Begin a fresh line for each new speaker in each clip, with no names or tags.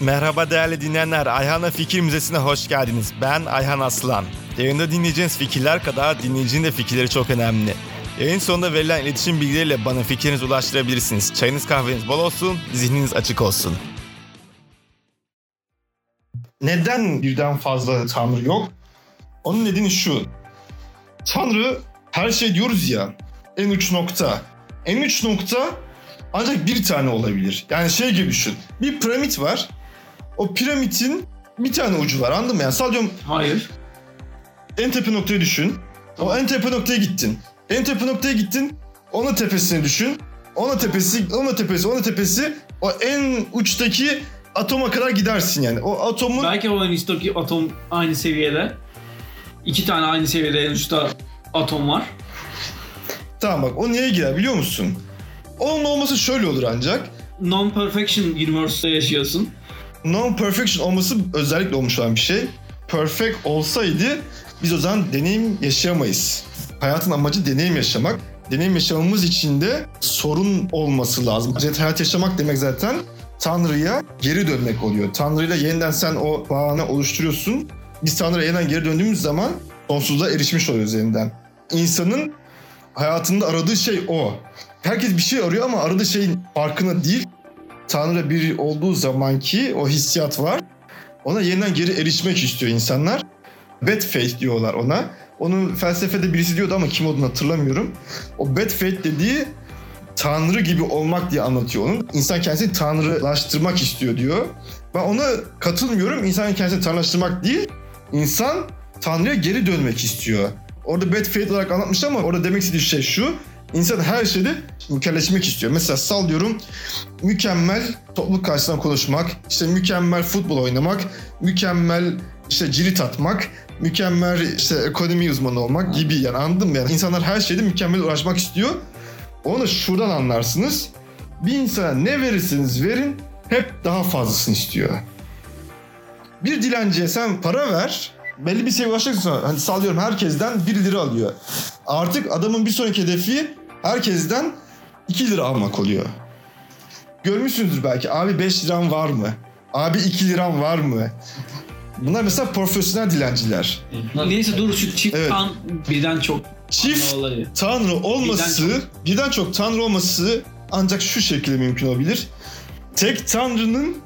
Merhaba değerli dinleyenler. Ayhan'a Fikir Müzesi'ne hoş geldiniz. Ben Ayhan Aslan. Yayında dinleyeceğiniz fikirler kadar dinleyicinin de fikirleri çok önemli. Yayın sonunda verilen iletişim bilgileriyle bana fikrinizi ulaştırabilirsiniz. Çayınız kahveniz bol olsun, zihniniz açık olsun. Neden birden fazla tanrı yok? Onun nedeni şu. Tanrı her şey diyoruz ya. En uç nokta. En uç nokta ancak bir tane olabilir. Yani şey gibi düşün. Bir piramit var. O piramitin bir tane ucu var anladın mı? Yani sadece
Hayır.
en tepe noktayı düşün. O en tepe noktaya gittin. En tepe noktaya gittin. Onun tepesini düşün. Onun tepesi, onun tepesi, onun tepesi. O en uçtaki atoma kadar gidersin yani. O atomun
Belki o üstteki atom aynı seviyede. İki tane aynı seviyede en uçta atom var.
tamam bak o niye gider biliyor musun? Onun olması şöyle olur ancak.
Non-perfection universe'da yaşıyorsun.
Non-perfection olması özellikle olmuş olan bir şey. Perfect olsaydı biz o zaman deneyim yaşayamayız. Hayatın amacı deneyim yaşamak. Deneyim yaşamamız için de sorun olması lazım. Acayip hayat yaşamak demek zaten Tanrı'ya geri dönmek oluyor. Tanrı'yla yeniden sen o bağını oluşturuyorsun. Biz Tanrı'ya yeniden geri döndüğümüz zaman sonsuzluğa erişmiş oluyoruz yeniden. İnsanın hayatında aradığı şey o. Herkes bir şey arıyor ama aradığı şeyin farkına değil. Tanrı bir olduğu zamanki o hissiyat var. Ona yeniden geri erişmek istiyor insanlar. Bad faith diyorlar ona. Onun felsefede birisi diyordu ama kim olduğunu hatırlamıyorum. O bad faith dediği Tanrı gibi olmak diye anlatıyor onun. İnsan kendisini tanrılaştırmak istiyor diyor. Ben ona katılmıyorum. İnsan kendisini tanrılaştırmak değil. İnsan Tanrı'ya geri dönmek istiyor. Orada bad faith olarak anlatmış ama orada demek istediği şey şu. İnsan her şeyde mükemmelleşmek istiyor. Mesela sallıyorum mükemmel topluluk karşısında konuşmak, işte mükemmel futbol oynamak, mükemmel işte cirit atmak, mükemmel işte ekonomi uzmanı olmak gibi yani anladın mı? Yani insanlar her şeyde mükemmel uğraşmak istiyor. Onu şuradan anlarsınız. Bir insana ne verirseniz verin hep daha fazlasını istiyor. Bir dilenciye sen para ver belli bir seviye ulaşacaksın sonra. Hani sallıyorum herkesten 1 lira alıyor. Artık adamın bir sonraki hedefi herkesten 2 lira almak oluyor. Görmüşsünüzdür belki. Abi 5 liran var mı? Abi 2 liran var mı? Bunlar mesela profesyonel dilenciler.
Neyse dur şu çift
Evet.
an birden çok
Çift
ana olayı.
tanrı olması, birden
Birden
çok. tanrı olması ancak şu şekilde mümkün olabilir. Tek tanrının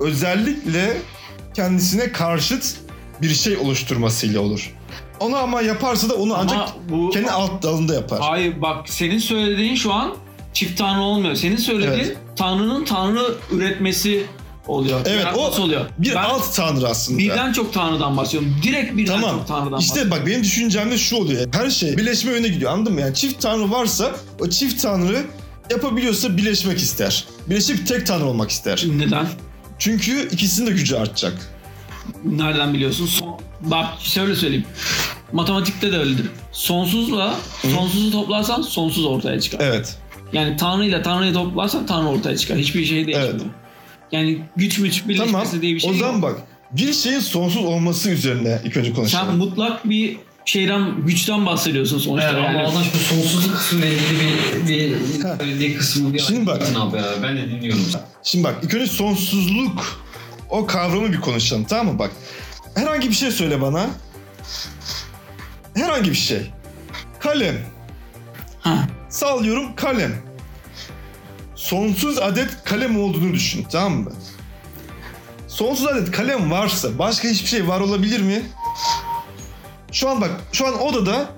özellikle kendisine karşıt bir şey oluşturmasıyla olur. Onu ama yaparsa da onu ancak
Ama bu
kendi alt dalında yapar.
Hayır bak senin söylediğin şu an çift tanrı olmuyor. Senin söylediğin
Evet.
tanrının tanrı üretmesi oluyor.
Evet,
yaratması
o
oluyor.
Bir
ben
alt tanrı aslında.
birden çok tanrıdan bahsediyorum. Direkt birden
Tamam.
çok tanrıdan bahsediyorum.
İşte bak benim düşüncemde şu oluyor. Her şey birleşme yönüne gidiyor anladın mı? Yani çift tanrı varsa o çift tanrı yapabiliyorsa birleşmek ister. Birleşip tek tanrı olmak ister.
Neden?
Çünkü ikisinin de gücü artacak.
Nereden biliyorsun? Son, bak şöyle söyleyeyim. Matematikte de öyledir. Sonsuzla sonsuzu toplarsan sonsuz ortaya çıkar.
Evet.
Yani Tanrı ile Tanrı'yı toplarsan Tanrı ortaya çıkar. Hiçbir şey değişmiyor.
Evet.
Yani güç müç birleşmesi
Tamam.
diye bir şey
o zaman
yok.
bak bir şeyin sonsuz olması üzerine ilk önce
Sen
konuşalım.
mutlak bir şeyden güçten bahsediyorsun sonuçta.
Evet, ama
yani.
Allah aşkına sonsuzluk kısmıyla ilgili bir, bir
Ha.
söylediği kısmı bir
Şimdi bak.
açıklasın abi ya. Ben de dinliyorum.
Şimdi bak ilk önce sonsuzluk o kavramı bir konuşalım tamam mı bak. Herhangi bir şey söyle bana. Herhangi bir şey. Kalem.
Ha.
Sallıyorum kalem. Sonsuz adet kalem olduğunu düşün tamam mı? Sonsuz adet kalem varsa başka hiçbir şey var olabilir mi? Şu an bak şu an odada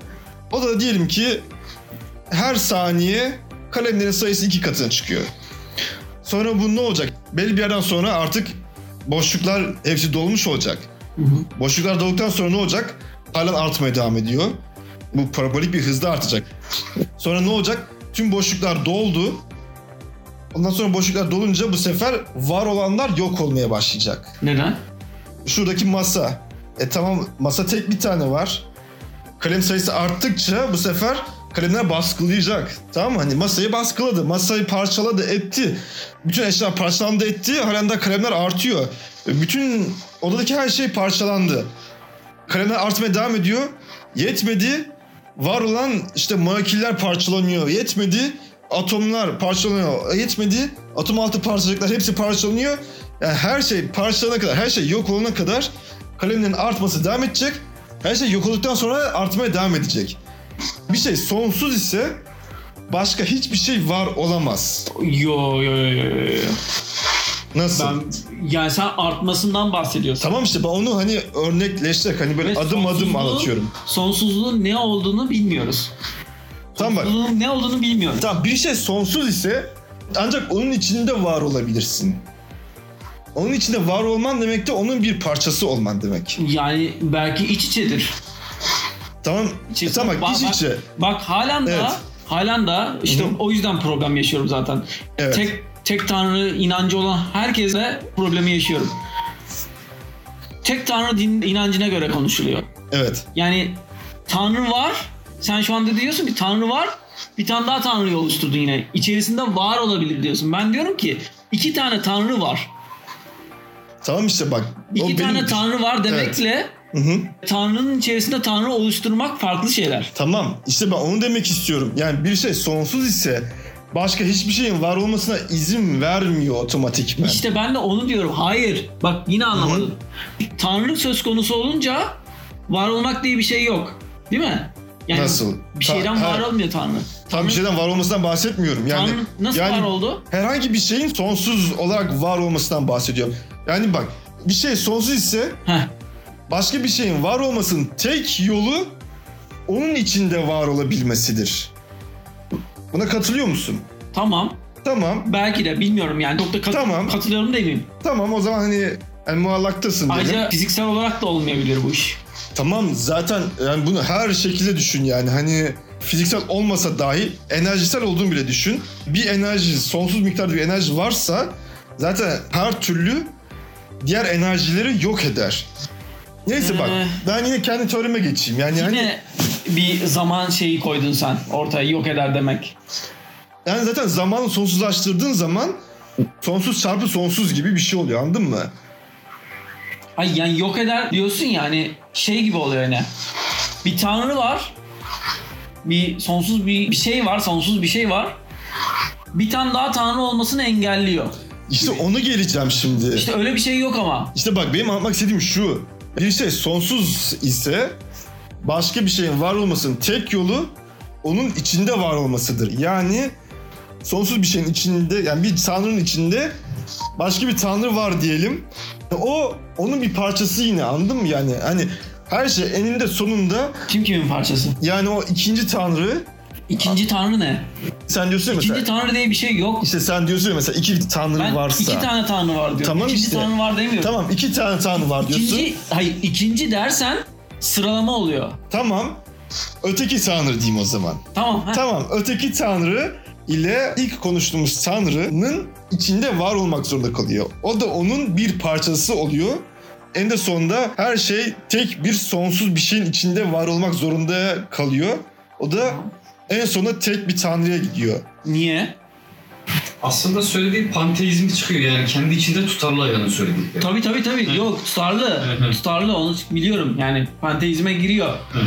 odada diyelim ki her saniye kalemlerin sayısı iki katına çıkıyor. Sonra bu ne olacak? Belli bir yerden sonra artık boşluklar hepsi dolmuş olacak.
Hı hı.
Boşluklar dolduktan sonra ne olacak? Halen artmaya devam ediyor. Bu parabolik bir hızda artacak. Sonra ne olacak? Tüm boşluklar doldu. Ondan sonra boşluklar dolunca bu sefer var olanlar yok olmaya başlayacak.
Neden?
Şuradaki masa. E tamam masa tek bir tane var. Kalem sayısı arttıkça bu sefer kalemler baskılayacak. Tamam mı? Hani masayı baskıladı. Masayı parçaladı, etti. Bütün eşya parçalandı, etti. Halen daha kalemler artıyor. E, Bütün odadaki her şey parçalandı. Kalemler artmaya devam ediyor. Yetmedi. Var olan işte moleküller parçalanıyor. Yetmedi. atomlar parçalanıyor. E, Yetmedi. Atom altı parçacıklar hepsi parçalanıyor. Yani her şey parçalana kadar, her şey yok olana kadar kalemlerin artması devam edecek. Her şey yok olduktan sonra artmaya devam edecek. Bir şey sonsuz ise başka hiçbir şey var olamaz.
Yo yo yo yo. yo.
Nasıl?
Ben yani sen artmasından bahsediyorsun.
Tamam işte ben onu hani örnekleştirerek hani böyle
Ve
adım adım
sonsuzluğu-
anlatıyorum.
Sonsuzluğun ne olduğunu bilmiyoruz.
Tamam bak.
Sonsuzluğun ne olduğunu bilmiyoruz.
Tamam bir şey sonsuz ise ancak onun içinde var olabilirsin. Onun içinde var olman demek de onun bir parçası olman demek.
Yani belki iç içedir.
Tamam.
İçi-
E tamam bak
Bak-
iç içe.
Bak halen daha
Evet.
halen daha işte
Hı hı.
o yüzden problem yaşıyorum zaten.
Evet.
Tek tek tanrı inancı olan herkese problemi yaşıyorum. Tek tanrı din inancına göre konuşuluyor.
Evet.
Yani tanrı var. Sen şu anda diyorsun ki tanrı var. Bir tane daha tanrıyı oluşturdun yine. İçerisinde var olabilir diyorsun. Ben diyorum ki iki tane tanrı var.
Tamam işte bak.
İki tane
benim-
tanrı var demekle
Hı hı.
tanrının içerisinde tanrı oluşturmak farklı şeyler.
Tamam. işte ben onu demek istiyorum. Yani bir şey sonsuz ise başka hiçbir şeyin var olmasına izin vermiyor otomatikmen.
İşte ben de onu diyorum. Hayır. Bak yine anlamadım. Tanrı söz konusu olunca var olmak diye bir şey yok. Değil mi? Yani
Nasıl?
Bir
Ta-
şeyden
ha.
var olmuyor tanrı.
Tam bir şeyden var olmasından bahsetmiyorum. Yani
tanrı nasıl
yani
var oldu?
herhangi bir şeyin sonsuz olarak var olmasından bahsediyorum. Yani bak bir şey sonsuz ise
Heh.
başka bir şeyin var olmasının tek yolu onun içinde var olabilmesidir. Buna katılıyor musun?
Tamam.
Tamam.
Belki de bilmiyorum yani. Çok da kat-
Tamam.
katılıyorum demeyeyim.
Tamam o zaman hani yani muallaktasın diyelim.
Ayrıca fiziksel olarak da olmayabilir bu iş.
Tamam zaten yani bunu her şekilde düşün yani hani fiziksel olmasa dahi enerjisel olduğunu bile düşün. Bir enerji sonsuz miktarda bir enerji varsa zaten her türlü diğer enerjileri yok eder. Neyse bak
Ee.
ben yine kendi teorime geçeyim. Yani hani,
Yine bir zaman şeyi koydun sen ortaya yok eder demek.
yani zaten zamanı sonsuzlaştırdığın zaman sonsuz çarpı sonsuz gibi bir şey oluyor anladın mı?
Ay yani yok eder diyorsun yani şey gibi oluyor yine. Bir tanrı var. Bir sonsuz bir, bir şey var, sonsuz bir şey var. Bir tane daha tanrı olmasını engelliyor.
İşte onu geleceğim şimdi.
İşte öyle bir şey yok ama.
İşte bak benim anlatmak istediğim şu. Bir şey sonsuz ise başka bir şeyin var olmasının tek yolu onun içinde var olmasıdır. Yani sonsuz bir şeyin içinde yani bir tanrının içinde başka bir tanrı var diyelim. O onun bir parçası yine anladın mı yani? Hani her şey eninde sonunda
Kim kimin parçası?
yani o ikinci tanrı
İkinci tanrı ne?
sen diyorsun ya mesela
İkinci tanrı diye bir şey yok.
işte sen diyorsun ya mesela iki tanrı
Ben
varsa.
iki tane tanrı var diyorum.
Tamam
ikinci
işte.
tanrı var demiyorum.
Tamam iki tane tanrı var diyorsun.
İkinci, hayır ikinci dersen sıralama oluyor.
Tamam. Öteki tanrı diyeyim o zaman.
Tamam. ha.
Tamam öteki tanrı ile ilk konuştuğumuz tanrının içinde var olmak zorunda kalıyor. O da onun bir parçası oluyor. En de sonunda her şey tek bir sonsuz bir şeyin içinde var olmak zorunda kalıyor. O da en sonunda tek bir tanrıya gidiyor.
Niye?
Aslında söylediği panteizmi çıkıyor yani kendi içinde tutarlı yani söyledikleri.
Tabii tabii tabii.
Hı.
Yok tutarlı.
Hı hı.
tutarlı onu biliyorum. Yani panteizme giriyor.
Hı.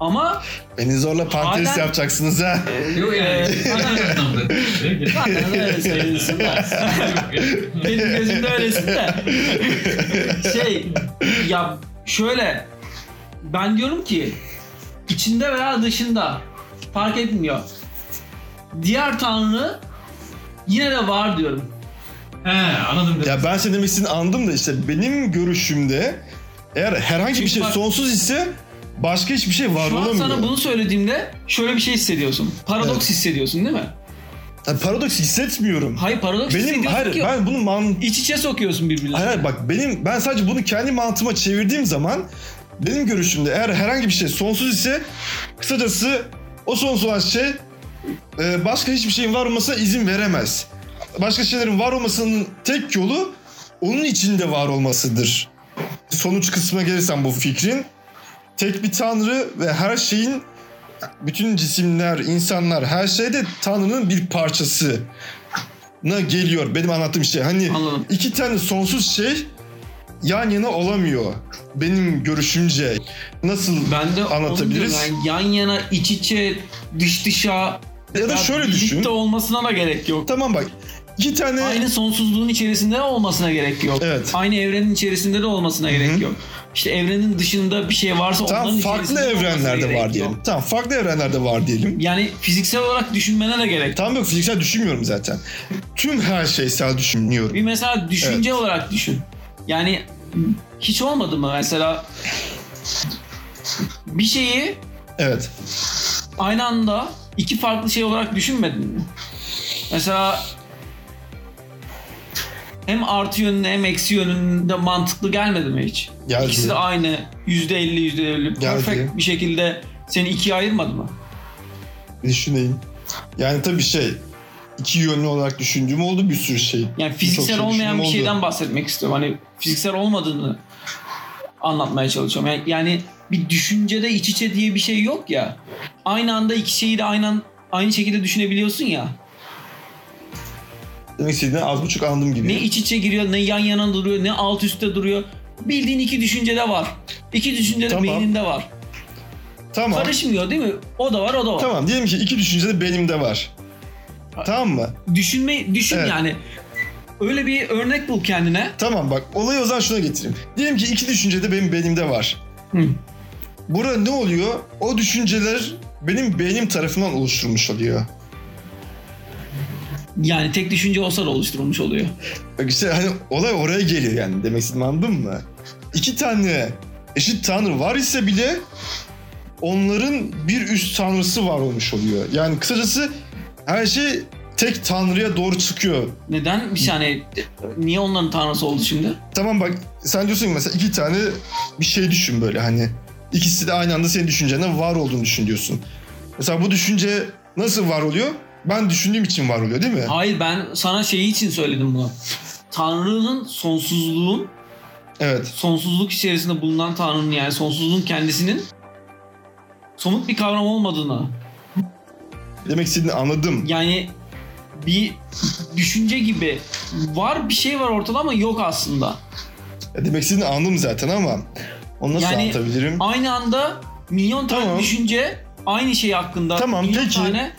Ama
Beni zorla panteist
Hala-
yapacaksınız ha.
Yok yani.
Ee,
Aynen anlamda.
Aynen öyle söylesin de. Benim gözümde öylesin de. şey ya şöyle ben diyorum ki içinde veya dışında fark etmiyor. Diğer tanrı yine de var diyorum.
He anladım.
Ya ben senin demek istediğini anladım da işte benim görüşümde eğer herhangi bir
Çünkü
şey
bak-
sonsuz ise başka hiçbir şey var
Şu an
olamıyor.
sana bunu söylediğimde şöyle bir şey hissediyorsun. Paradoks
Evet.
hissediyorsun değil mi?
Ya paradoks hissetmiyorum.
Hayır paradoks
Benim
hissediyorsun
hayır
ki
ben bunu man
iç içe sokuyorsun birbirine.
hayır, hayır, bak benim ben sadece bunu kendi mantığıma çevirdiğim zaman benim görüşümde eğer herhangi bir şey sonsuz ise kısacası o sonsuz olan şey e, başka hiçbir şeyin var olmasına izin veremez. Başka şeylerin var olmasının tek yolu onun içinde var olmasıdır. Sonuç kısmına gelirsem bu fikrin tek bir tanrı ve her şeyin bütün cisimler, insanlar her şeyde tanrının bir parçasına geliyor. Benim anlattığım şey hani
Anladım.
iki tane sonsuz şey yan yana olamıyor. Benim görüşümce nasıl
Ben de onu
Anlatabiliriz.
diyorum. Yani yan yana, iç içe, dış dışa
Ya da
Ya
şöyle
birlikte
düşün.
olmasına da gerek yok.
Tamam bak. iki tane
Aynı sonsuzluğun içerisinde de olmasına gerek yok.
Evet.
Aynı evrenin içerisinde de olmasına gerek yok. İşte evrenin dışında bir şey varsa
tam
onların
farklı
içerisinde de olmasına
evrenlerde
gerek
var
yok.
diyelim. Tam farklı evrenlerde var diyelim.
Yani fiziksel olarak düşünmene de gerek yok.
Tam yok fiziksel düşünmüyorum zaten. Tüm her şeysel düşünüyorum.
Bir mesela düşünce olarak düşün. Yani hiç olmadı mı mesela bir şeyi
Evet.
aynı anda iki farklı şey olarak düşünmedin mi? Mesela hem artı yönüne hem eksi yönünde mantıklı gelmedi mi hiç?
Geldi.
İkisi de aynı yüzde elli yüzde elli
Geldi.
perfect bir şekilde seni ikiye ayırmadı mı?
Düşüneyim. Yani tabii şey iki yönlü olarak düşündüğüm oldu bir sürü şey.
Yani
Birçok
fiziksel
şey
olmayan
düşündüğüm
bir
oldu.
şeyden bahsetmek istiyorum. Hani fiziksel olmadığını anlatmaya çalışıyorum. Yani, yani bir düşüncede iç içe diye bir şey yok ya. Aynı anda iki şeyi de aynı, an- aynı şekilde düşünebiliyorsun ya.
Demek istediğini az buçuk anladım gibi.
Ne iç içe giriyor, ne yan yana duruyor, ne alt üstte duruyor. Bildiğin iki düşünce de var. İki düşünce de
Tamam.
beyninde var.
Tamam.
Karışmıyor değil mi? O da var, o da var.
Tamam diyelim ki iki düşünce de benimde var. Tamam mı?
Düşünme, düşün
Evet.
yani. Öyle bir örnek bul kendine.
Tamam bak olayı o zaman şuna getireyim. Diyelim ki iki düşünce de benim beynimde var.
Hı.
Burada ne oluyor? O düşünceler benim beynim tarafından oluşturulmuş oluyor.
Yani tek düşünce olsa da oluşturulmuş oluyor.
Bak işte hani olay oraya geliyor yani demek istedim anladın mı? İki tane eşit tanrı var ise bile onların bir üst tanrısı var olmuş oluyor. Yani kısacası her şey tek tanrıya doğru çıkıyor.
Neden? Bir saniye. Niye onların tanrısı oldu şimdi?
Tamam bak sen diyorsun ki mesela iki tane bir şey düşün böyle hani. İkisi de aynı anda senin düşüncene var olduğunu düşün diyorsun. Mesela bu düşünce nasıl var oluyor? Ben düşündüğüm için var oluyor değil mi?
Hayır ben sana şeyi için söyledim bunu. Tanrı'nın sonsuzluğun,
Evet.
sonsuzluk içerisinde bulunan Tanrı'nın yani sonsuzluğun kendisinin somut bir kavram olmadığını.
Demek istediğini anladım.
Yani bir düşünce gibi var bir şey var ortada ama yok aslında.
Ya Demek istediğini anladım zaten ama onu nasıl
Yani-
anlatabilirim?
Aynı anda milyon tane
Tamam.
düşünce aynı şey hakkında
Tamam,
milyon
peki.
tane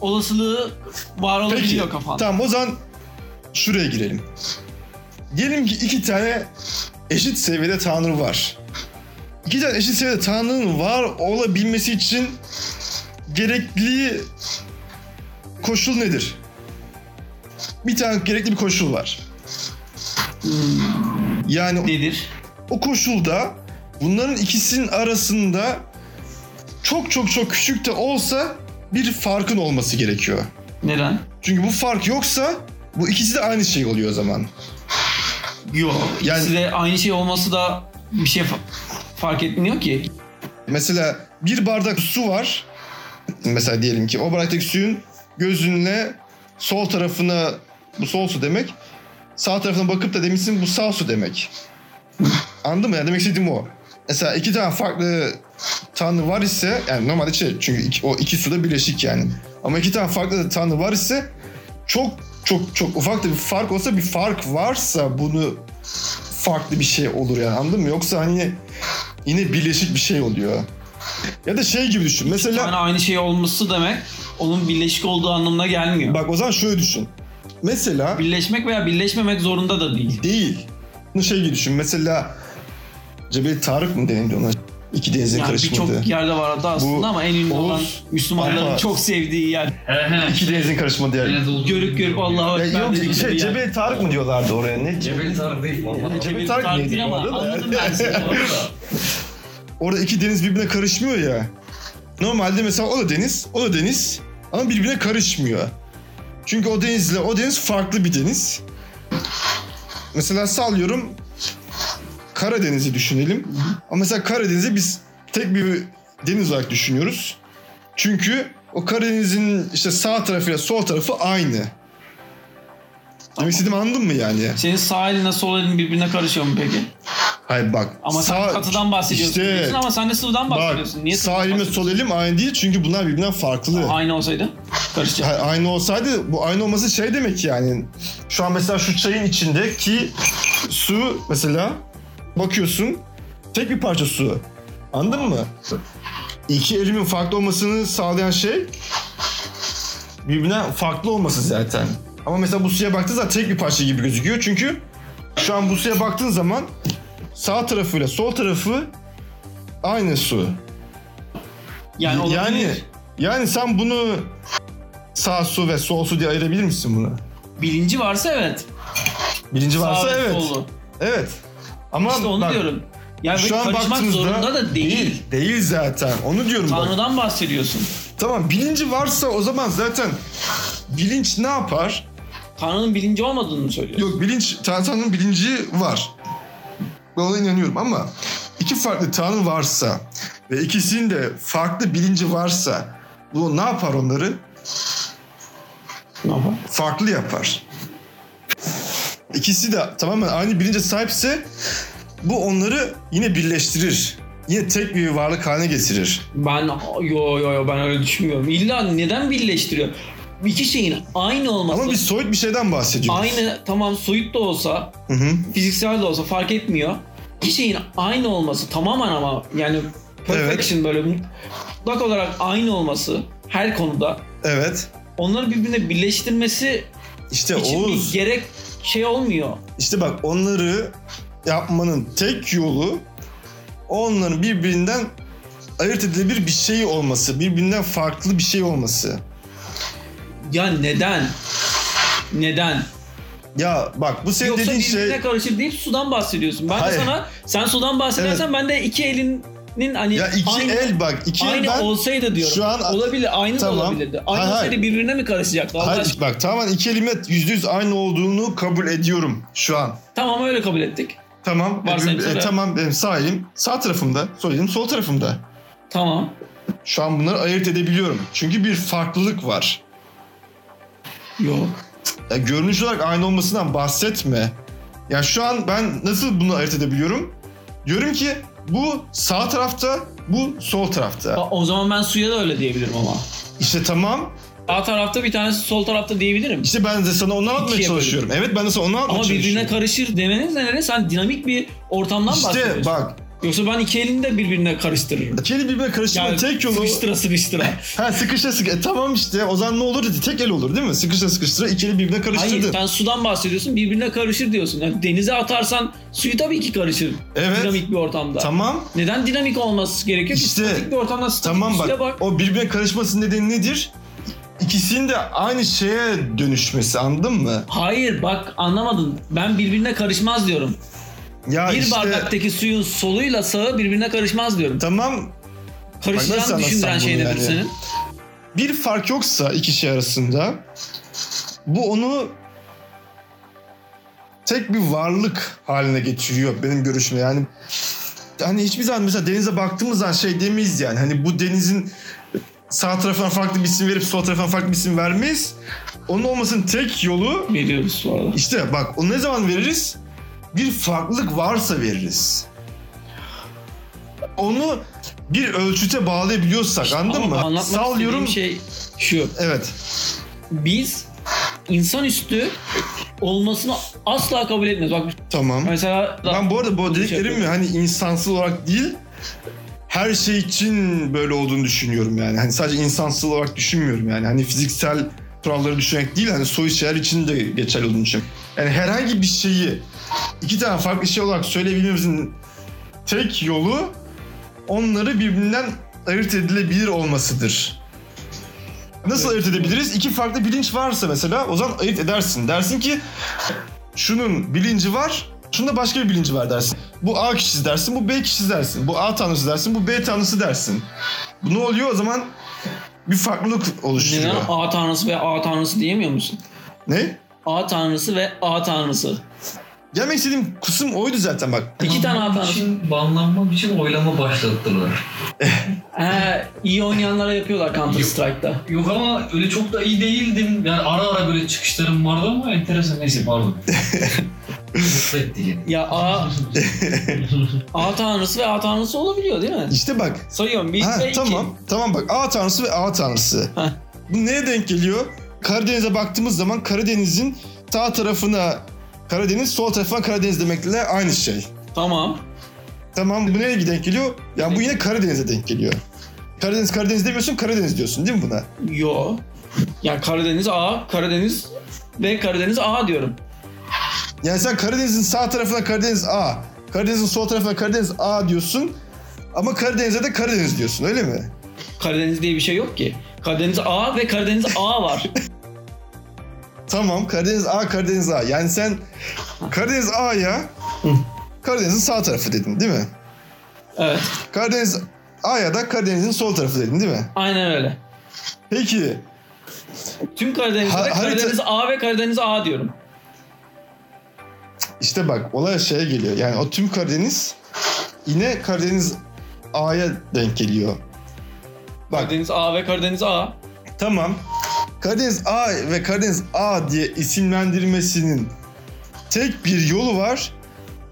olasılığı var
Peki.
olabiliyor kafanda.
Tamam o zaman şuraya girelim. Diyelim ki iki tane eşit seviyede tanrı var. İki tane eşit seviyede tanrının var olabilmesi için gerekli koşul nedir? Bir tane gerekli bir koşul var. Yani
Nedir?
o koşulda bunların ikisinin arasında çok çok çok küçük de olsa bir farkın olması gerekiyor.
Neden?
Çünkü bu fark yoksa bu ikisi de aynı şey oluyor o zaman.
Yok.
Yani-
Yani... Size aynı şey olması da bir şey fa- fark etmiyor ki.
Mesela bir bardak su var. Mesela diyelim ki o bardaktaki suyun gözünle sol tarafına bu sol su demek. Sağ tarafına bakıp da demişsin bu sağ su demek. Anladın mı? Yani demek istediğim o. Mesela iki tane farklı tanrı var ise yani normalde şey çünkü iki- o iki su da birleşik yani. Ama iki tane farklı tanrı var ise çok çok çok ufak da bir fark olsa bir fark varsa bunu farklı bir şey olur yani anladın mı? Yoksa hani yine birleşik bir şey oluyor. Ya da şey gibi düşün.
Yani
Mesela
aynı şey olması demek onun birleşik olduğu anlamına gelmiyor.
bak o zaman şöyle düşün. Mesela
Birleşmek veya birleşmemek zorunda da değil.
değil. Bunu şey gibi düşün. Mesela Cebel Tarık mı denildi ona? İki denizin
Yani
karışmadı.
birçok yerde var adı aslında
Bu
ama en ünlü
Oğuz-
olan Müslümanların
Ama-
çok sevdiği yer.
He he.
İki denizin karışmadı yani.
Nerede olduğunu
Görüp görüp
bilmiyorum ya.
Allah'a
Ya
ekber
yok
dediği
şey
bir yer.
Cebel Tarık mı diyorlardı oraya ne? Ce-
Cebeli Tarık değil vallahi.
Cebel
Cebeli
Tarık
Tarık
neydi
değil ama
orada da?
anladım ben seni.
Orada iki deniz birbirine karışmıyor ya. Normalde mesela o da deniz, o da deniz ama birbirine karışmıyor. Çünkü o denizle o deniz farklı bir deniz. Mesela sallıyorum Karadeniz'i düşünelim. Ama mesela Karadeniz'i biz tek bir deniz olarak düşünüyoruz. Çünkü o Karadeniz'in işte sağ tarafıyla sol tarafı aynı. Demek istediğimi anladın mı yani?
Senin sağ elinle sol elin birbirine karışıyor mu peki?
Hayır bak.
Ama sen katıdan bahsediyorsun
İşte,
diyorsun ama sen de sıvıdan
Bak
bahsediyorsun. Niye
sağ elimle sol elim aynı değil çünkü bunlar birbirinden farklı.
Aynı olsaydı karışacak.
Hayır, aynı olsaydı bu aynı olması şey demek yani. Şu an mesela şu çayın içindeki su mesela bakıyorsun tek bir parça su. Anladın mı? İki elimin farklı olmasını sağlayan şey birbirinden farklı olması zaten. Ama mesela bu suya baktığın zaman tek bir parça gibi gözüküyor. Çünkü şu an bu suya baktığın zaman sağ tarafıyla sol tarafı aynı su.
Yani olabilir.
yani, yani sen bunu sağ su ve sol su diye ayırabilir misin bunu?
bilinci varsa evet.
Birinci varsa
Sağ,
evet.
solu.
Evet. Ama
İşte onu
bak,
diyorum. Yani
şu an
karışmak
baktığımızda
zorunda da değil.
Değil zaten. Onu diyorum bak.
Tanrı'dan bahsediyorsun.
Tamam bilinci varsa o zaman zaten bilinç ne yapar?
Tanrı'nın bilinci olmadığını mı söylüyorsun?
Yok bilinç Tanrı'nın bilinci var. Ben ona inanıyorum ama iki farklı Tanrı varsa ve ikisinin de farklı bilinci varsa bu ne yapar onları?
Ne yapar?
Farklı yapar. İkisi de tamamen aynı bilince sahipse bu onları yine birleştirir. Yine tek bir varlık haline getirir.
Ben yo yo yo ben öyle düşünmüyorum. İlla neden birleştiriyor? İki şeyin aynı olması.
Ama biz soyut bir şeyden bahsediyoruz.
Aynı tamam soyut da olsa,
Hı hı.
fiziksel de olsa fark etmiyor. İki şeyin aynı olması tamamen ama yani perfection böyle mutlak olarak aynı olması her konuda
Evet.
onları birbirine birleştirmesi
İşte
için bir
Oğuz.
gerek şey olmuyor.
İşte bak onları yapmanın tek yolu onların birbirinden ayırt edilebilir bir şey olması. Birbirinden farklı bir şey olması.
Ya neden? Neden?
Ya bak bu senin
Yoksa
dediğin
birbirine
şey...
karışır deyip sudan bahsediyorsun. Ben
Hayır.
de sana sen sudan bahsedersen ben de iki elinin hani
Ya iki
aynı,
el bak. iki el
aynı
ben...
olsaydı diyorum.
şu an-
olabilir, aynı
Tamam.
da olabilirdi. Aynı
Hayır,
olsaydı
hayır.
birbirine mi karışacaktı? Allah
Hayır,
aşkına?
bak tamamen iki elime yüzde yüz aynı olduğunu kabul ediyorum şu an.
Tamam öyle kabul ettik.
Tamam.
Varsa
benim-
hepsi
e,
de.
tamam benim sağ elim sağ tarafımda. Sol elim sol tarafımda.
Tamam.
Şu an bunları ayırt edebiliyorum. Çünkü bir farklılık var.
Yok.
Ya görünüş olarak aynı olmasından bahsetme. Ya şu an ben nasıl bunu ayırt edebiliyorum? Diyorum ki bu sağ tarafta, bu sol tarafta.
O zaman ben suya da öyle diyebilirim ama.
İşte tamam.
Sağ tarafta bir tanesi sol tarafta diyebilirim.
İşte ben de sana onu anlatmaya
İkiye
çalışıyorum. Evet ben de sana onu anlatmaya
Ama
çalışıyorum.
birbirine karışır demeniz nedeni sen dinamik bir ortamdan
İşte
bahsediyorsun.
bak,
Yoksa ben iki elini de birbirine karıştırırım.
kelime birbirine karıştırma
Yani
tek yolu...
sıkıştıra sıkıştıra.
Ha sıkışa sıkışa. E, tamam işte o zaman ne olur dedi. Tek el olur değil mi? Sıkışa sıkıştıra ikili birbirine karıştırdın.
Hayır sen sudan bahsediyorsun birbirine karışır diyorsun. Yani denize atarsan suyu tabii ki karışır.
Evet.
Dinamik bir ortamda.
Tamam.
Neden dinamik olması gerekiyor ki?
İşte,
Statik bir ortamda statik
Tamam
bir
bak,
suya bak.
o birbirine karışmasının nedeni nedir? İkisinin de aynı şeye dönüşmesi anladın mı?
Hayır bak anlamadın. Ben birbirine karışmaz diyorum.
Ya
bir
işte
bardaktaki suyun soluyla sağı birbirine karışmaz diyorum.
tamam Bak nasıl
Karışacağını
anlatsam
düşündüren
bunu
şey nedir
yani?
senin?
bir fark yoksa iki şey arasında bu onu tek bir varlık haline getiriyor benim görüşüme yani hani hiçbir zaman mesela denize baktığımız zaman şey demeyiz yani hani bu denizin sağ tarafına farklı bir isim verip sol tarafına farklı bir isim vermeyiz. Onun olmasının tek yolu
Veriyoruz bu arada.
işte bak onu ne zaman veririz? Bir farklılık varsa veririz. Onu bir ölçüte bağlayabiliyorsak anladın
Ama
mı?
Anlatmak
Sallıyorum.
istediğim şey şu.
Evet.
Biz insanüstü olmasını asla kabul etmiyoruz. Bak
Tamam.
mesela
Ben bu arada bu
şey
dediklerim
yapıyorum.
hani insansıl olarak değil her şey için böyle olduğunu düşünüyorum yani. Hani sadece insansıl olarak düşünmüyorum yani. Hani fiziksel kuralları düşünerek değil hani soyut şeyler için de geçerli olduğunu düşünüyorum. Yani herhangi bir şeyi iki tane farklı şey olarak söyleyebilmemizin tek yolu onları birbirinden ayırt edilebilir olmasıdır. Nasıl
Evet.
ayırt edebiliriz? İki farklı bilinç varsa mesela o zaman ayırt edersin. Dersin ki şunun bilinci var, şunda başka bir bilinci var dersin. Bu A kişisi dersin, bu B kişisi dersin. Bu A tanrısı dersin, bu B tanrısı dersin. Bu ne oluyor o zaman? Bir farklılık oluşturuyor.
neden A tanrısı ve A tanrısı diyemiyor musun?
Ne?
A tanrısı ve A tanrısı.
Gelmek istediğim kısım oydu zaten bak.
İki tane A tanrısı.
Için, banlanmam için oylama başlattılar.
He, iyi oynayanlara yapıyorlar Counter Strike'da.
Yok ama öyle çok da iyi değildim. Yani ara ara böyle çıkışlarım vardı ama enteresan. Neyse pardon. Mutlu etti yine.
Ya A, A tanrısı ve A tanrısı olabiliyor değil mi?
İşte bak.
Sayıyorum. Bir
Ha,
ve iki.
tamam. Tamam bak A tanrısı ve A tanrısı.
Heh.
Bu neye denk geliyor? Karadeniz'e baktığımız zaman Karadeniz'in sağ tarafına Karadeniz, sol tarafına Karadeniz demekle aynı şey.
Tamam.
Tamam bu nereye denk geliyor? Ya bu yine Karadeniz'e denk geliyor. Karadeniz Karadeniz demiyorsun Karadeniz diyorsun değil mi buna?
Yo. Yani Karadeniz A, Karadeniz ve Karadeniz A diyorum.
Yani sen Karadeniz'in sağ tarafına Karadeniz A, Karadeniz'in sol tarafına Karadeniz A diyorsun. Ama Karadeniz'e de Karadeniz diyorsun öyle mi?
Karadeniz diye bir şey yok ki. Karadeniz A ve Karadeniz A var.
Tamam Karadeniz A, Karadeniz A. Yani sen Karadeniz A'ya Karadeniz'in sağ tarafı dedin değil mi?
evet.
Karadeniz A'ya da Karadeniz'in sol tarafı dedin değil mi?
Aynen öyle.
Peki
Tüm Karadeniz'de
Ha- harita-
Karadeniz A ve Karadeniz A diyorum.
işte bak olay şeye geliyor. Yani o tüm Karadeniz yine Karadeniz A'ya denk geliyor. Bak
Karadeniz A ve Karadeniz A.
Tamam. Karadeniz A ve Karadeniz A diye isimlendirmesinin tek bir yolu var.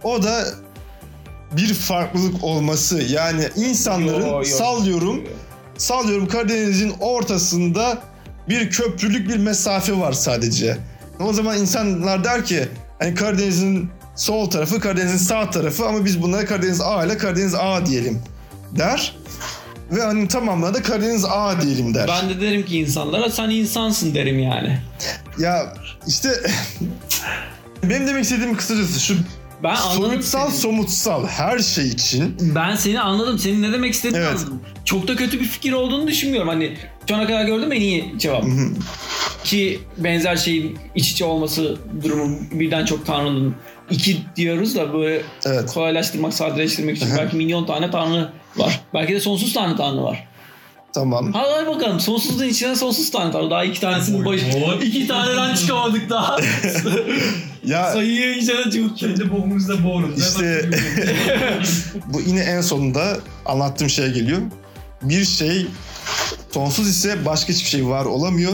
O da bir farklılık olması. Yani insanların
Yo, yo.
sallıyorum, sallıyorum Karadeniz'in ortasında bir köprülük bir mesafe var sadece. O zaman insanlar der ki hani Karadeniz'in sol tarafı, Karadeniz'in sağ tarafı ama biz bunlara Karadeniz A ile Karadeniz A diyelim der. Ve hani tamamına da Karadeniz A diyelim der.
Ben de derim ki insanlara sen insansın derim yani.
Ya işte benim demek istediğim kısacası şu
Ben anladım
soyutsal
seni.
somutsal her şey için
Ben seni anladım. Senin ne demek istediğini
Evet.
anladım. Çok da kötü bir fikir olduğunu düşünmüyorum. Hani şu ana kadar gördüm en iyi cevap.
hı.
Ki benzer şeyin iç içe olması durumu birden çok tanrının iki diyoruz da böyle
evet
kolaylaştırmak, sadeleştirmek için belki milyon tane tanrı var. Belki de sonsuz tane tanrı var.
tamam.
Hadi, hadi bakalım sonsuzun içinden sonsuz tane tanrı. Daha iki tanesinin başı.
Oy.
İki taneden çıkamadık daha.
Ya
Sayıyı içine çıkıyor.
Kendi boğumuzda boğuruz.
İşte- bu yine en sonunda anlattığım şeye geliyor. Bir şey sonsuz ise başka hiçbir şey var olamıyor.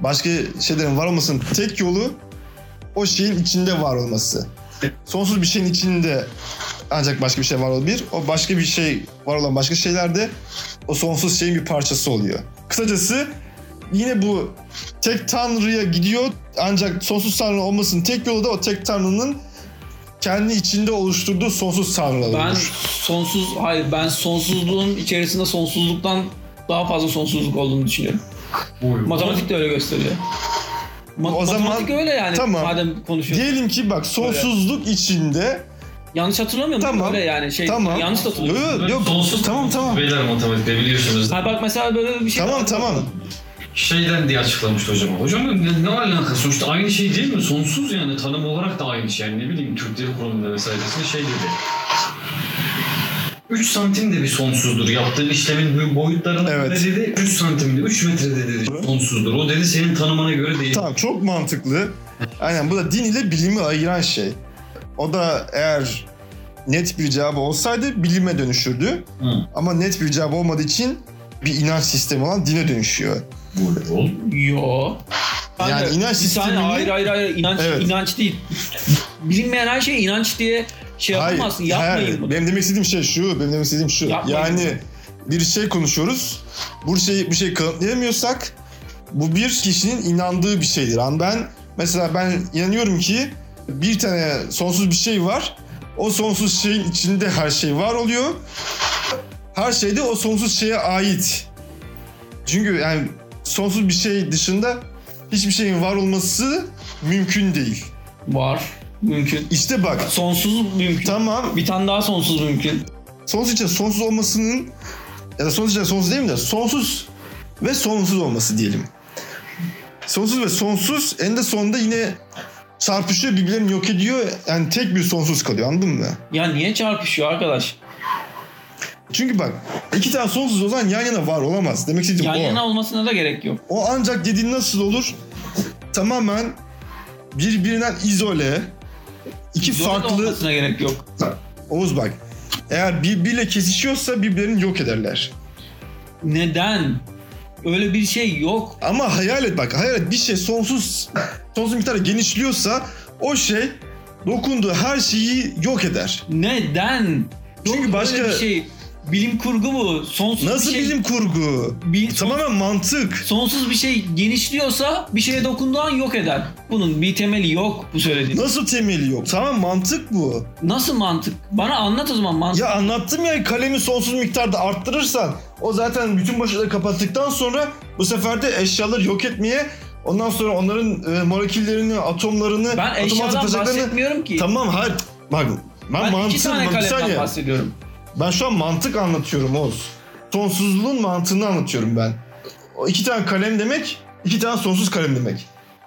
Başka şeylerin var olmasının tek yolu o şeyin içinde var olması. Sonsuz bir şeyin içinde ancak başka bir şey var olabilir. O başka bir şey var olan başka şeyler de o sonsuz şeyin bir parçası oluyor. Kısacası yine bu tek tanrıya gidiyor ancak sonsuz tanrı olmasının tek yolu da o tek tanrının kendi içinde oluşturduğu sonsuz tanrılar
Ben
olur.
sonsuz, hayır ben sonsuzluğun içerisinde sonsuzluktan daha fazla sonsuzluk olduğunu düşünüyorum. Matematik de öyle gösteriyor. Ma-
O zaman-
matematik öyle yani
tamam.
madem konuşuyoruz.
Diyelim ki bak sonsuzluk içinde
yanlış hatırlamıyorum değil mi?
Tamam.
öyle yani şey
tamam.
yanlış da
Yok
hatırlıyorum.
yok yok.
Sonsuz
Tamam tamam.
Beyler matematikte biliyorsunuz.
Ha bak mesela böyle bir şey
Tamam tamam.
Şeyden diye açıklamıştı hocam. Hocam dedim, ne, ne alakası? Sonuçta aynı şey değil mi? Sonsuz yani tanım olarak da aynı şey. Yani ne bileyim Türk Dil Kurumu'nda vesairesinde şey dedi. 3 santim de bir sonsuzdur. Yaptığın işlemin bu boyutlarına
Evet.
göre dedi. 3 santim de 3 metre de dedi sonsuzdur. O dedi senin tanımına göre değil.
Tamam çok mantıklı. Aynen bu da din ile bilimi ayıran şey. O da eğer net bir cevabı olsaydı bilime dönüşürdü.
Hmm.
Hı.
Ama net bir cevap olmadığı için bir inanç sistemi olan dine dönüşüyor.
Bu yol.
Yo. Ben
Yani
de-
inanç
bir
sistemini-
saniye, hayır hayır hayır inanç
Evet.
inanç değil. Bilinmeyen her şey inanç diye şey yapamazsın. Yapmayın
hayır.
bunu.
Benim demek istediğim şey şu. Benim demek istediğim şu.
Yapmayın
Yani bir şey konuşuyoruz. Bu şey bir şey kanıtlayamıyorsak bu bir kişinin inandığı bir şeydir. An ben mesela ben inanıyorum ki bir tane sonsuz bir şey var. O sonsuz şeyin içinde her şey var oluyor. Her şey de o sonsuz şeye ait. Çünkü yani sonsuz bir şey dışında hiçbir şeyin var olması mümkün değil.
Var. Mümkün.
İşte bak
Sonsuz mümkün.
tamam
Bir tane daha sonsuz mümkün.
sonsuz için sonsuz olmasının ya da sonsuz için sonsuz değil mi de sonsuz ve sonsuz olması diyelim. Sonsuz ve sonsuz en de sonunda yine çarpışıyor birbirlerini yok ediyor. Yani tek bir sonsuz kalıyor anladın mı?
Ya niye çarpışıyor arkadaş?
Çünkü bak iki tane sonsuz o zaman yan yana var olamaz. Demek istediğim
Yan
o.
yana olmasına da gerek yok.
O ancak dediğin nasıl olur? Tamamen birbirinden izole iki
Zorla
farklı
olmasına gerek yok.
Oğuz bak eğer birbiriyle kesişiyorsa birbirlerini yok ederler.
Neden? Öyle bir şey yok.
Ama hayal et bak hayal et bir şey sonsuz sonsuz miktarda genişliyorsa o şey dokunduğu her şeyi yok eder.
Neden?
Çünkü
Yok
başka-
öyle bir şey. Bilim kurgu bu. Sonsuz
Nasıl
bir şey.
bilim E, kurgu?
Bil-
Tamamen mantık.
Sonsuz bir şey genişliyorsa bir şeye dokunduğu an yok eder. Bunun bir temeli yok bu söylediğin.
Nasıl temeli yok? Tamam mantık bu.
Nasıl mantık? Bana anlat o zaman mantık.
Ya anlattım ya kalemi sonsuz miktarda arttırırsan o zaten bütün başarıları kapattıktan sonra Bu sefer de eşyaları yok etmeye ondan sonra onların e, moleküllerini, atomlarını,
Ben
atom altı
eşyadan
taşaklarını-
bahsetmiyorum ki.
Tamam hayır. Bak ben,
ben
mantık,
iki
bak,
tane
bir
kalemden
saniye.
bahsediyorum.
Ben şu an mantık anlatıyorum Oğuz. Sonsuzluğun mantığını anlatıyorum ben. O iki tane kalem demek, iki tane sonsuz kalem demek.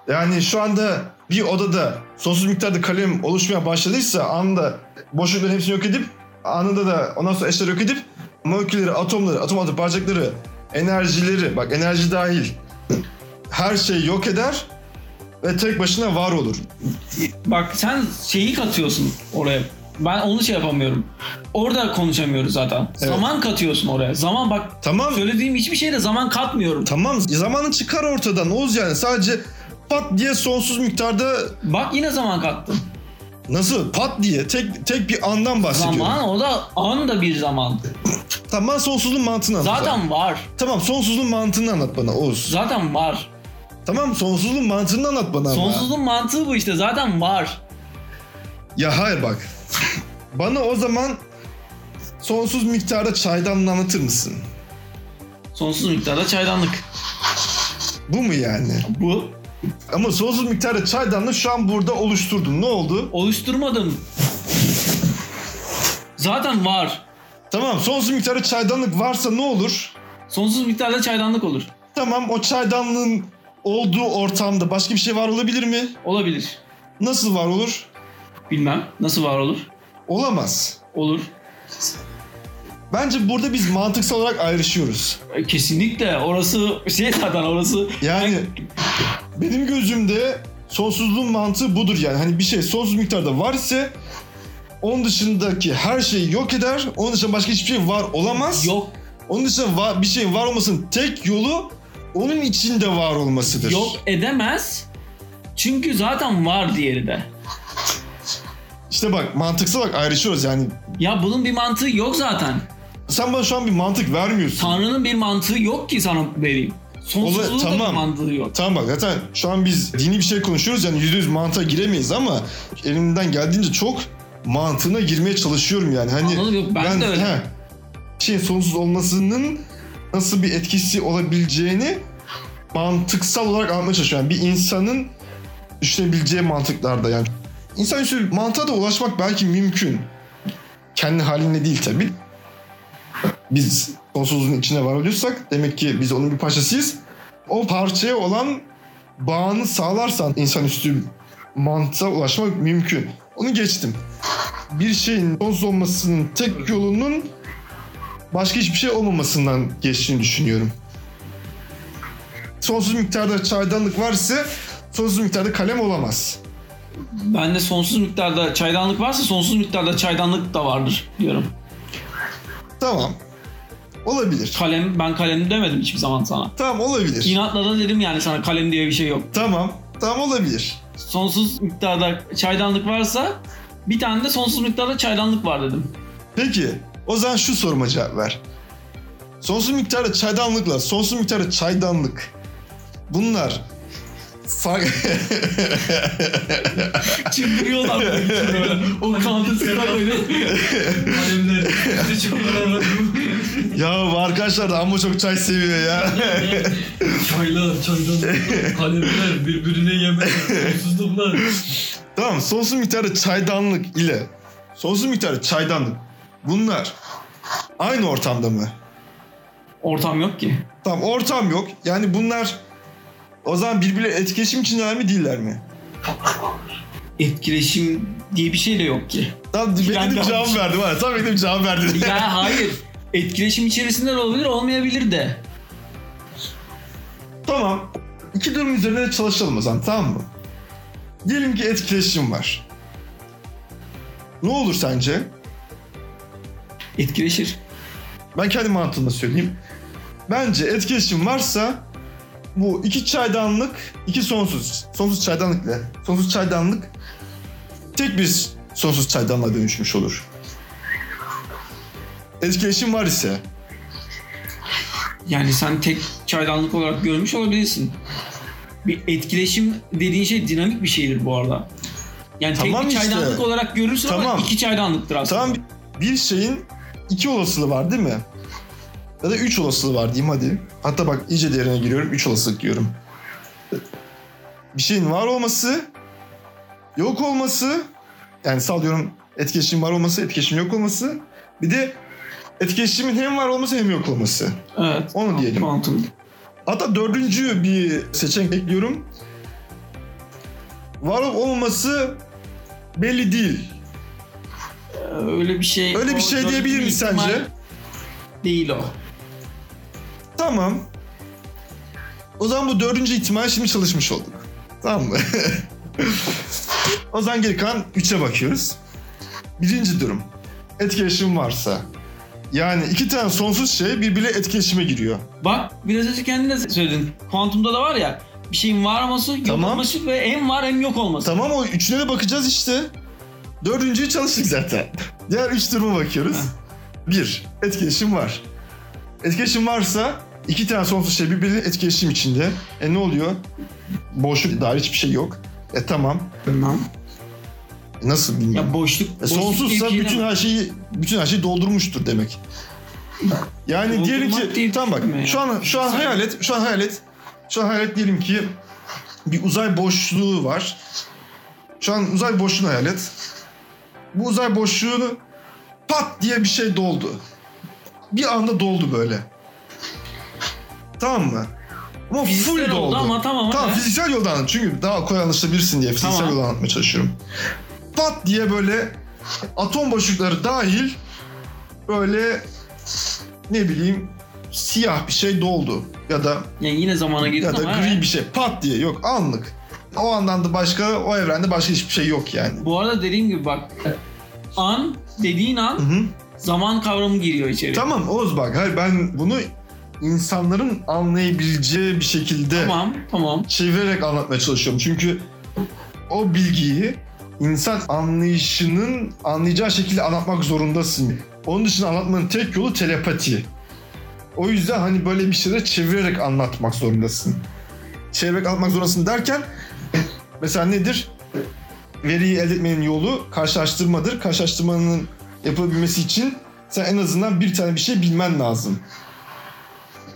Yani şu anda bir odada sonsuz miktarda kalem oluşmaya başladıysa anda boşlukların hepsini yok edip anında da ondan sonra eşler yok edip molekülleri, atomları, atom altı parçacıkları, enerjileri, bak enerji dahil her şeyi yok eder ve tek başına var olur.
Bak sen şeyi katıyorsun oraya. Ben onu şey yapamıyorum. Orada konuşamıyoruz zaten.
Evet.
Zaman katıyorsun oraya. Zaman bak
Tamam
söylediğim hiçbir şeyde zaman katmıyorum.
Tamam zamanı çıkar ortadan Oğuz yani sadece pat diye sonsuz miktarda
Bak yine zaman kattım.
nasıl pat diye tek tek bir andan bahsediyorum.
Zaman o da an da bir zaman.
Tamam ben sonsuzluğun mantığını anlat.
Zaten var.
Tamam sonsuzluğun mantığını anlat bana Oğuz.
Zaten var.
Tamam sonsuzluğun mantığını anlat bana ama.
Sonsuzluğun mantığı bu işte. Zaten var.
Ya hayır bak. bana o zaman sonsuz miktarda çaydanlığı anlatır mısın?
Sonsuz miktarda çaydanlık.
Bu mu yani?
Bu
Ama sonsuz miktarda çaydanlığı şu an burada oluşturdum. Ne oldu?
oluşturmadım. Zaten var.
Tamam sonsuz miktarda çaydanlık varsa ne olur?
Sonsuz miktarda çaydanlık olur.
Tamam o çaydanlığın olduğu ortamda başka bir şey var olabilir mi?
Olabilir.
Nasıl var olur?
Bilmem. Nasıl var olur?
Olamaz.
Olur.
Bence burada biz mantıksal olarak ayrışıyoruz.
E, Kesinlikle. Orası şey zaten orası.
Yani benim gözümde sonsuzluğun mantığı budur yani. Hani bir şey sonsuz miktarda var ise onun dışındaki her şeyi yok eder. Onun dışında başka hiçbir şey var olamaz.
Yok.
Onun dışında var, bir şeyin var olmasının tek yolu onun içinde var olmasıdır.
Yok edemez. Çünkü zaten var diğeri de.
İşte bak mantıksal olarak ayrışıyoruz yani.
Ya bunun bir mantığı yok zaten.
Sen bana şu an bir mantık vermiyorsun.
Tanrı'nın bir mantığı yok ki sana vereyim. Sonsuzluğun
Ola-
da bir
tamam.
mantığı yok.
Tamam bak zaten şu an biz dini bir şey konuşuyoruz yani yüzde yüz mantığa giremeyiz ama elimden geldiğince çok mantığına girmeye çalışıyorum yani. Hani
Anladım, yok, ben de öyle.
he, bir şeyin sonsuz olmasının nasıl bir etkisi olabileceğini mantıksal olarak anlamaya çalışıyorum. Yani bir insanın düşünebileceği mantıklarda yani. İnsan üstü mantığa da ulaşmak belki mümkün. Kendi haline değil tabii. Biz sonsuzluğun içine varabiliyorsak demek ki biz onun bir parçasıyız o parçaya olan bağını sağlarsan insanüstü mantığa ulaşmak mümkün. Onu geçtim. Bir şeyin sonsuz olmasının tek yolunun başka hiçbir şey olmamasından geçtiğini düşünüyorum. Sonsuz miktarda çaydanlık varsa sonsuz miktarda kalem olamaz.
Ben de sonsuz miktarda çaydanlık varsa sonsuz miktarda çaydanlık da vardır diyorum.
Tamam. Olabilir.
Kalem, ben kalem demedim hiçbir zaman sana.
Tamam olabilir.
İnatla da dedim yani sana kalem diye bir şey yok.
tamam. Tamam olabilir.
Sonsuz miktarda çaydanlık varsa bir tane de sonsuz miktarda çaydanlık var dedim.
Peki o zaman şu soruma cevap ver. Sonsuz miktarda çaydanlıkla sonsuz miktarda çaydanlık bunlar fark...
Çıldırıyorlar böyle. o
Hani
kandırsana böyle.
Kalemler. işte çıkıyorlar.
ya bu arkadaşlar da amma çok çay seviyor ya.
Çaylar, çaylar. Kalemler birbirine yemez. Susuzluklar.
tamam sonsuz miktarda çaydanlık ile sonsuz miktarda çaydanlık bunlar aynı ortamda mı?
Ortam yok ki.
Tamam ortam yok. Yani bunlar o zaman birbirleri etkileşim içindeler mi değiller mi?
Etkileşim diye bir şey de yok ki.
Tamam bekledim
yanlış.
cevap verdim. Ha, tam bekledim cevap verdim.
Ya hayır. Etkileşim içerisinde de olabilir olmayabilir de.
Tamam. İki durum üzerine de çalışalım o zaman tamam mı? Diyelim ki etkileşim var. Ne olur sence?
Etkileşir.
Ben kendi mantığımla söyleyeyim. Bence etkileşim varsa bu iki çaydanlık, iki sonsuz. Sonsuz çaydanlık ile sonsuz çaydanlık tek bir sonsuz çaydanlığa dönüşmüş olur. Etkileşim var ise
Yani sen tek çaydanlık olarak görmüş olabilirsin. Bir etkileşim dediğin şey dinamik bir şeydir bu arada. Yani
Tamam
tek bir
işte.
çaydanlık olarak görürsün ama
Tamam.
iki çaydanlıktır aslında.
Tamam bir şeyin iki olasılığı var değil mi? Ya da 3 olasılığı var diyeyim hadi. Hatta bak iyice derine giriyorum. 3 olasılık diyorum. Bir şeyin var olması, yok olması, yani sallıyorum etkileşim var olması, etkileşim yok olması. Bir de etkileşimin hem var olması hem yok olması.
Evet.
Onu diyelim.
Mantıklı.
Hatta dördüncü bir seçenek ekliyorum. Var olup olmaması belli değil.
Öyle bir şey.
Öyle bir
o-
şey
öyle
diyebilir
bir
miyiz
ihtimal
sence?
Değil o.
Tamam. O zaman bu dördüncü ihtimal şimdi çalışmış olduk. Tamam mı? o zaman geri kalan üçe bakıyoruz. Birinci durum. Etkileşim varsa. Yani iki tane sonsuz şey birbiriyle etkileşime giriyor.
Bak biraz önce kendin de söyledin. Kuantumda da var ya bir şeyin var olması, yok
Tamam.
olması ve hem var hem yok olması.
Tamam o üçüne de bakacağız işte. Dördüncüyü çalıştık zaten. Diğer üç duruma bakıyoruz. Bir, etkileşim var. Etkileşim varsa iki tane sonsuz şey birbirinin etkileşim içinde. E ne oluyor? Boşluk dair hiçbir şey yok. E tamam.
Tamam.
E, nasıl bilmiyorum.
Ya boşluk.
E,
boşluk
sonsuzsa
diye bir
bütün
şey-
her şeyi bütün her şeyi doldurmuştur demek. Yani diyelim
Doldurmak
ki
değil,
tamam bak.
bilmiyorum ya.
Şu an şu an
Sen-
hayal et. Şu an hayal et. Şu an hayal et diyelim ki bir uzay boşluğu var. Şu an uzay boşluğunu hayal et. Bu uzay boşluğunu pat diye bir şey doldu. Bir anda doldu böyle. Tamam mı? Ama
Fiziksel
full
oldu
doldu.
ama tamam,
Tamam
hadi.
fiziksel yoldan anlat. çünkü daha kolay anlaşılabilirsin diye fiziksel
Tamam.
yoldan anlatmaya çalışıyorum. Pat diye böyle atom boşlukları dahil böyle ne bileyim siyah bir şey doldu ya da
Yani yine zamana girdin
ya da
ama
gri
evet.
bir şey pat diye yok anlık. O andan da başka o evrende başka hiçbir şey yok yani.
Bu arada dediğim gibi bak an dediğin an
Hı hı.
zaman kavramı giriyor içeri.
Tamam Oğuz bak hayır ben bunu insanların anlayabileceği bir şekilde
Tamam. tamam.
çevirerek anlatmaya çalışıyorum. Çünkü o bilgiyi insan anlayışının anlayacağı şekilde anlatmak zorundasın. Onun için anlatmanın tek yolu telepati. O yüzden hani böyle bir şeyleri çevirerek anlatmak zorundasın. Çevirerek anlatmak zorundasın derken mesela nedir? Veriyi elde etmenin yolu karşılaştırmadır. Karşılaştırmanın yapılabilmesi için sen en azından bir tane bir şey bilmen lazım.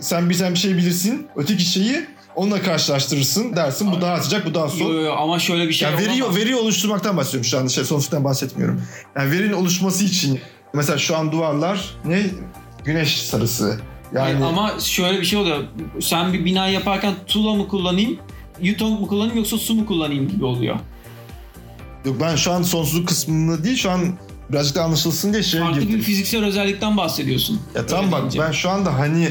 Sen bir tane bir şey bilirsin, öteki şeyi onunla karşılaştırırsın dersin. Bu daha atacak, bu daha sol.
Yo, yo, yo, ama şöyle bir şey
Ya veri,
olamaz.
veri oluşturmaktan bahsediyorum şu anda. Şey, sonuçtan bahsetmiyorum. Yani verinin oluşması için mesela şu an duvarlar ne? Güneş sarısı.
Hayır,
Yani
ama şöyle bir şey oluyor. Sen bir bina yaparken tuğla mı kullanayım, yuton mu kullanayım yoksa su mu kullanayım gibi oluyor.
yok ben şu an sonsuzluk kısmında değil şu an birazcık da anlaşılsın diye şeye
Farklı
girdim.
bir fiziksel özellikten bahsediyorsun.
Ya tamam bak
deyince.
ben şu anda hani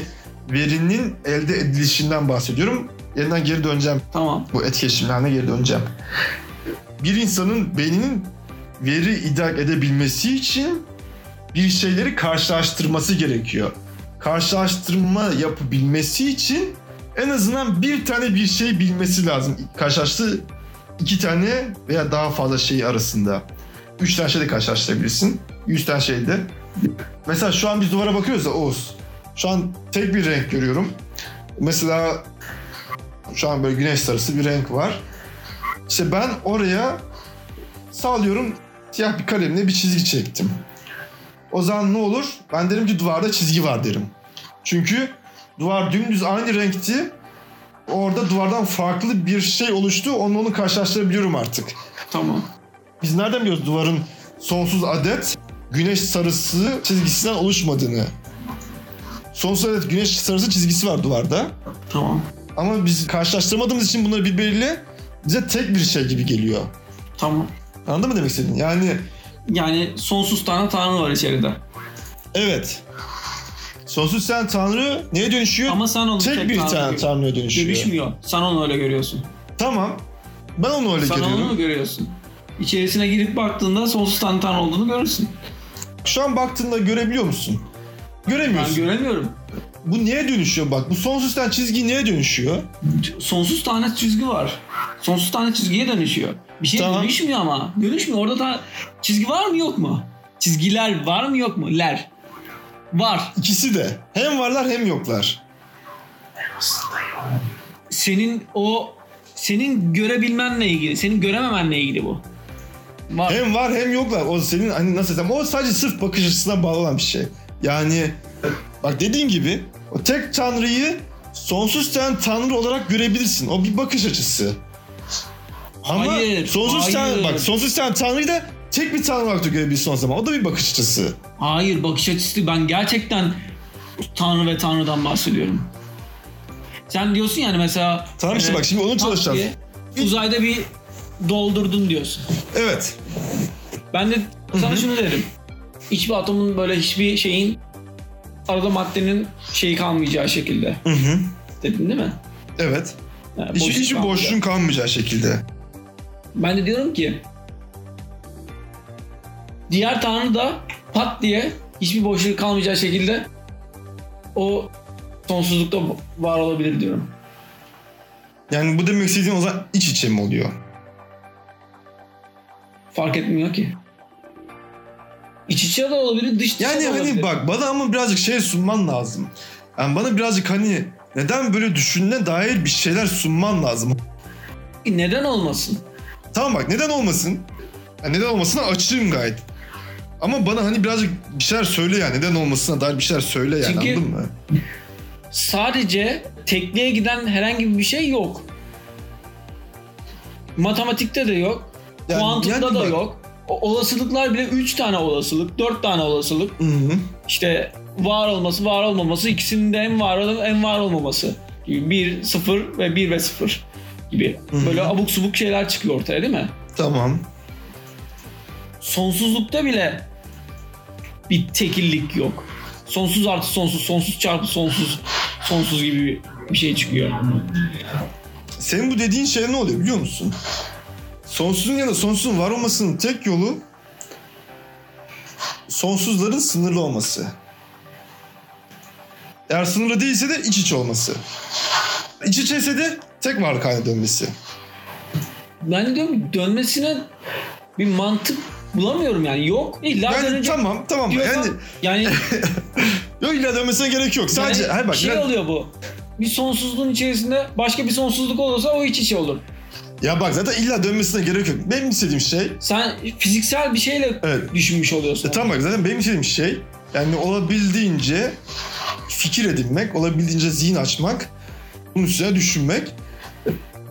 verinin elde edilişinden bahsediyorum. Yeniden geri döneceğim.
Tamam.
bu etkileşimlerine geri döneceğim. Bir insanın beyninin veri idrak edebilmesi için bir şeyleri karşılaştırması gerekiyor. Karşılaştırma yapabilmesi için en azından bir tane bir şey bilmesi lazım. Karşılaştığı iki tane veya daha fazla şey arasında. Üç tane şey de karşılaştırabilirsin. Yüz tane şey de. Mesela şu an biz duvara bakıyoruz da Oğuz. Şu an tek bir renk görüyorum. Mesela şu an böyle güneş sarısı bir renk var. İşte ben oraya sağlıyorum siyah bir kalemle bir çizgi çektim. O zaman ne olur? Ben derim ki duvarda çizgi var derim. Çünkü duvar dümdüz aynı renkti. Orada duvardan farklı bir şey oluştu. Onunla onu karşılaştırabiliyorum artık.
Tamam.
Biz nereden biliyoruz duvarın sonsuz adet güneş sarısı çizgisinden oluşmadığını? Sonsuz adet güneş sarısı çizgisi var duvarda.
Tamam.
Ama biz karşılaştırmadığımız için bunları birbiriyle bize tek bir şey gibi geliyor.
Tamam.
Anladın mı demek istediğini? Yani
Yani sonsuz tane tanrı var içeride.
evet. Sonsuz sen tanrı neye dönüşüyor?
Ama sen onu
tek, bir
tanrı
tane
gör-
tanrıya dönüşüyor.
Dönüşmüyor. Sen onu öyle görüyorsun.
Tamam. Ben onu öyle
sen
görüyorum.
onu mu görüyorsun? İçerisine girip baktığında sonsuz tane tanrı olduğunu görürsün.
Şu an baktığında görebiliyor musun?
Ben
Göremiyorsun.
göremiyorum.
bu neye dönüşüyor bak? Bu sonsuz sen çizgi neye dönüşüyor?
Sonsuz tane çizgi var. Sonsuz tane çizgiye dönüşüyor. Bir şey
Tamam.
dönüşmüyor ama. Dönüşmüyor. Orada da çizgi var mı yok mu? Çizgiler var mı yok mu? Ler. Var.
İkisi de. Hem varlar hem yoklar.
Senin o senin görebilmenle ilgili, senin görememenle ilgili bu. Var.
Hem var hem yoklar. O senin hani nasıl desem o sadece sırf bakış açısına bağlı olan bir şey. Yani bak dediğin gibi o tek tanrıyı sonsuz sen tanrı olarak görebilirsin. O bir bakış açısı. Ama
Hayır,
sonsuz sen
hayır.
bak sonsuz sen tanrıyı da tek bir tanrı olarak da görebilirsin o zaman. O da bir bakış açısı.
Hayır bakış açısı değil. ben gerçekten Tanrı ve Tanrı'dan bahsediyorum. Sen diyorsun yani mesela...
Tamam işte bak şimdi onu
tak
çalışacağız.
diye Uzayda bir doldurdun diyorsun.
Evet.
Ben de sana şunu derim. Hiçbir atomun böyle hiçbir şeyin arada maddenin şeyi kalmayacağı şekilde.
Hı hı.
Dedin değil mi?
Evet.
Yani
Hiç,
boşluk
hiçbir
kalmayacak.
boşluğun kalmayacağı şekilde.
Ben de diyorum ki diğer tanrı da pat diye hiçbir boşluk kalmayacağı şekilde o sonsuzlukta var olabilir diyorum.
Yani bu demek istediğin o zaman iç içe mi oluyor?
Fark etmiyor ki. İç içe de olabilir, dış içe
Yani
de olabilir.
hani bak bana ama birazcık şey sunman lazım. Yani bana birazcık hani neden böyle düşündüğüne dair bir şeyler sunman lazım.
E Neden olmasın?
Tamam bak neden olmasın? Yani neden olmasına açığım gayet. Ama bana hani birazcık bir şeyler söyle yani. Neden olmasına dair bir şeyler söyle yani
Çünkü-
anladın mı?
Sadece tekliğe giden herhangi bir şey yok. Matematikte de yok.
Yani-
kuantumda
yani
da
bak-
yok. O- olasılıklar bile 3 tane olasılık, 4 tane olasılık.
Hı hı.
İşte var olması, var olmaması, ikisinin de en var olup en var olmaması gibi. 1, 0 ve 1 ve 0 gibi.
hı.
Böyle abuk subuk şeyler çıkıyor ortaya değil mi?
Tamam.
Sonsuzlukta bile bir tekillik yok. Sonsuz artı sonsuz, sonsuz çarpı sonsuz, sonsuz gibi bir şey çıkıyor.
Senin bu dediğin şey ne oluyor biliyor musun? Sonsuzun ya da sonsuzun var olmasının tek yolu sonsuzların sınırlı olması. Eğer sınırlı değilse de iç içe olması. İç içeyse de tek varlık haline dönmesi.
Ben de diyorum ki dönmesine bir mantık bulamıyorum yani yok. İlla
Yani
dönecek
tamam tamam.
diyorsan,
Yani
yani
yok illa dönmesine gerek yok. Sadece
Yani
hayır bak
şey
ya,
oluyor bu. Bir sonsuzluğun içerisinde başka bir sonsuzluk olursa o iç içe olur.
ya bak zaten illa dönmesine gerek yok. Benim istediğim şey
Sen fiziksel bir şeyle
evet
düşünmüş oluyorsun.
E tamam bak zaten benim istediğim şey yani olabildiğince fikir edinmek, olabildiğince zihin açmak, bunun üstüne düşünmek.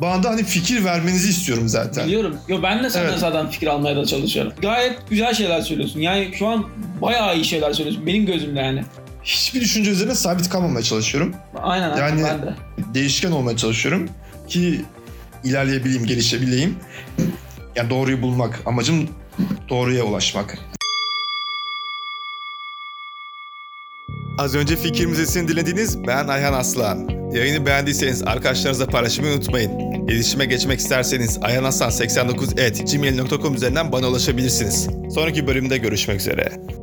Bana da hani fikir vermenizi istiyorum zaten.
Biliyorum. Yo ben de senden
Evet.
zaten fikir almaya da çalışıyorum. Gayet güzel şeyler söylüyorsun. Yani şu an bayağı iyi şeyler söylüyorsun benim gözümde yani.
Hiçbir düşünce üzerine sabit kalmamaya çalışıyorum.
Aynen aynen
Yani-
ben de.
Değişken olmaya çalışıyorum ki ilerleyebileyim, gelişebileyim. Yani doğruyu bulmak, amacım doğruya ulaşmak.
Az önce fikir müzesini dinlediniz. Ben Ayhan Aslan. Yayını beğendiyseniz arkadaşlarınızla paylaşmayı unutmayın. İletişime geçmek isterseniz ayhanaslan89.gmail.com üzerinden bana ulaşabilirsiniz. Sonraki bölümde görüşmek üzere.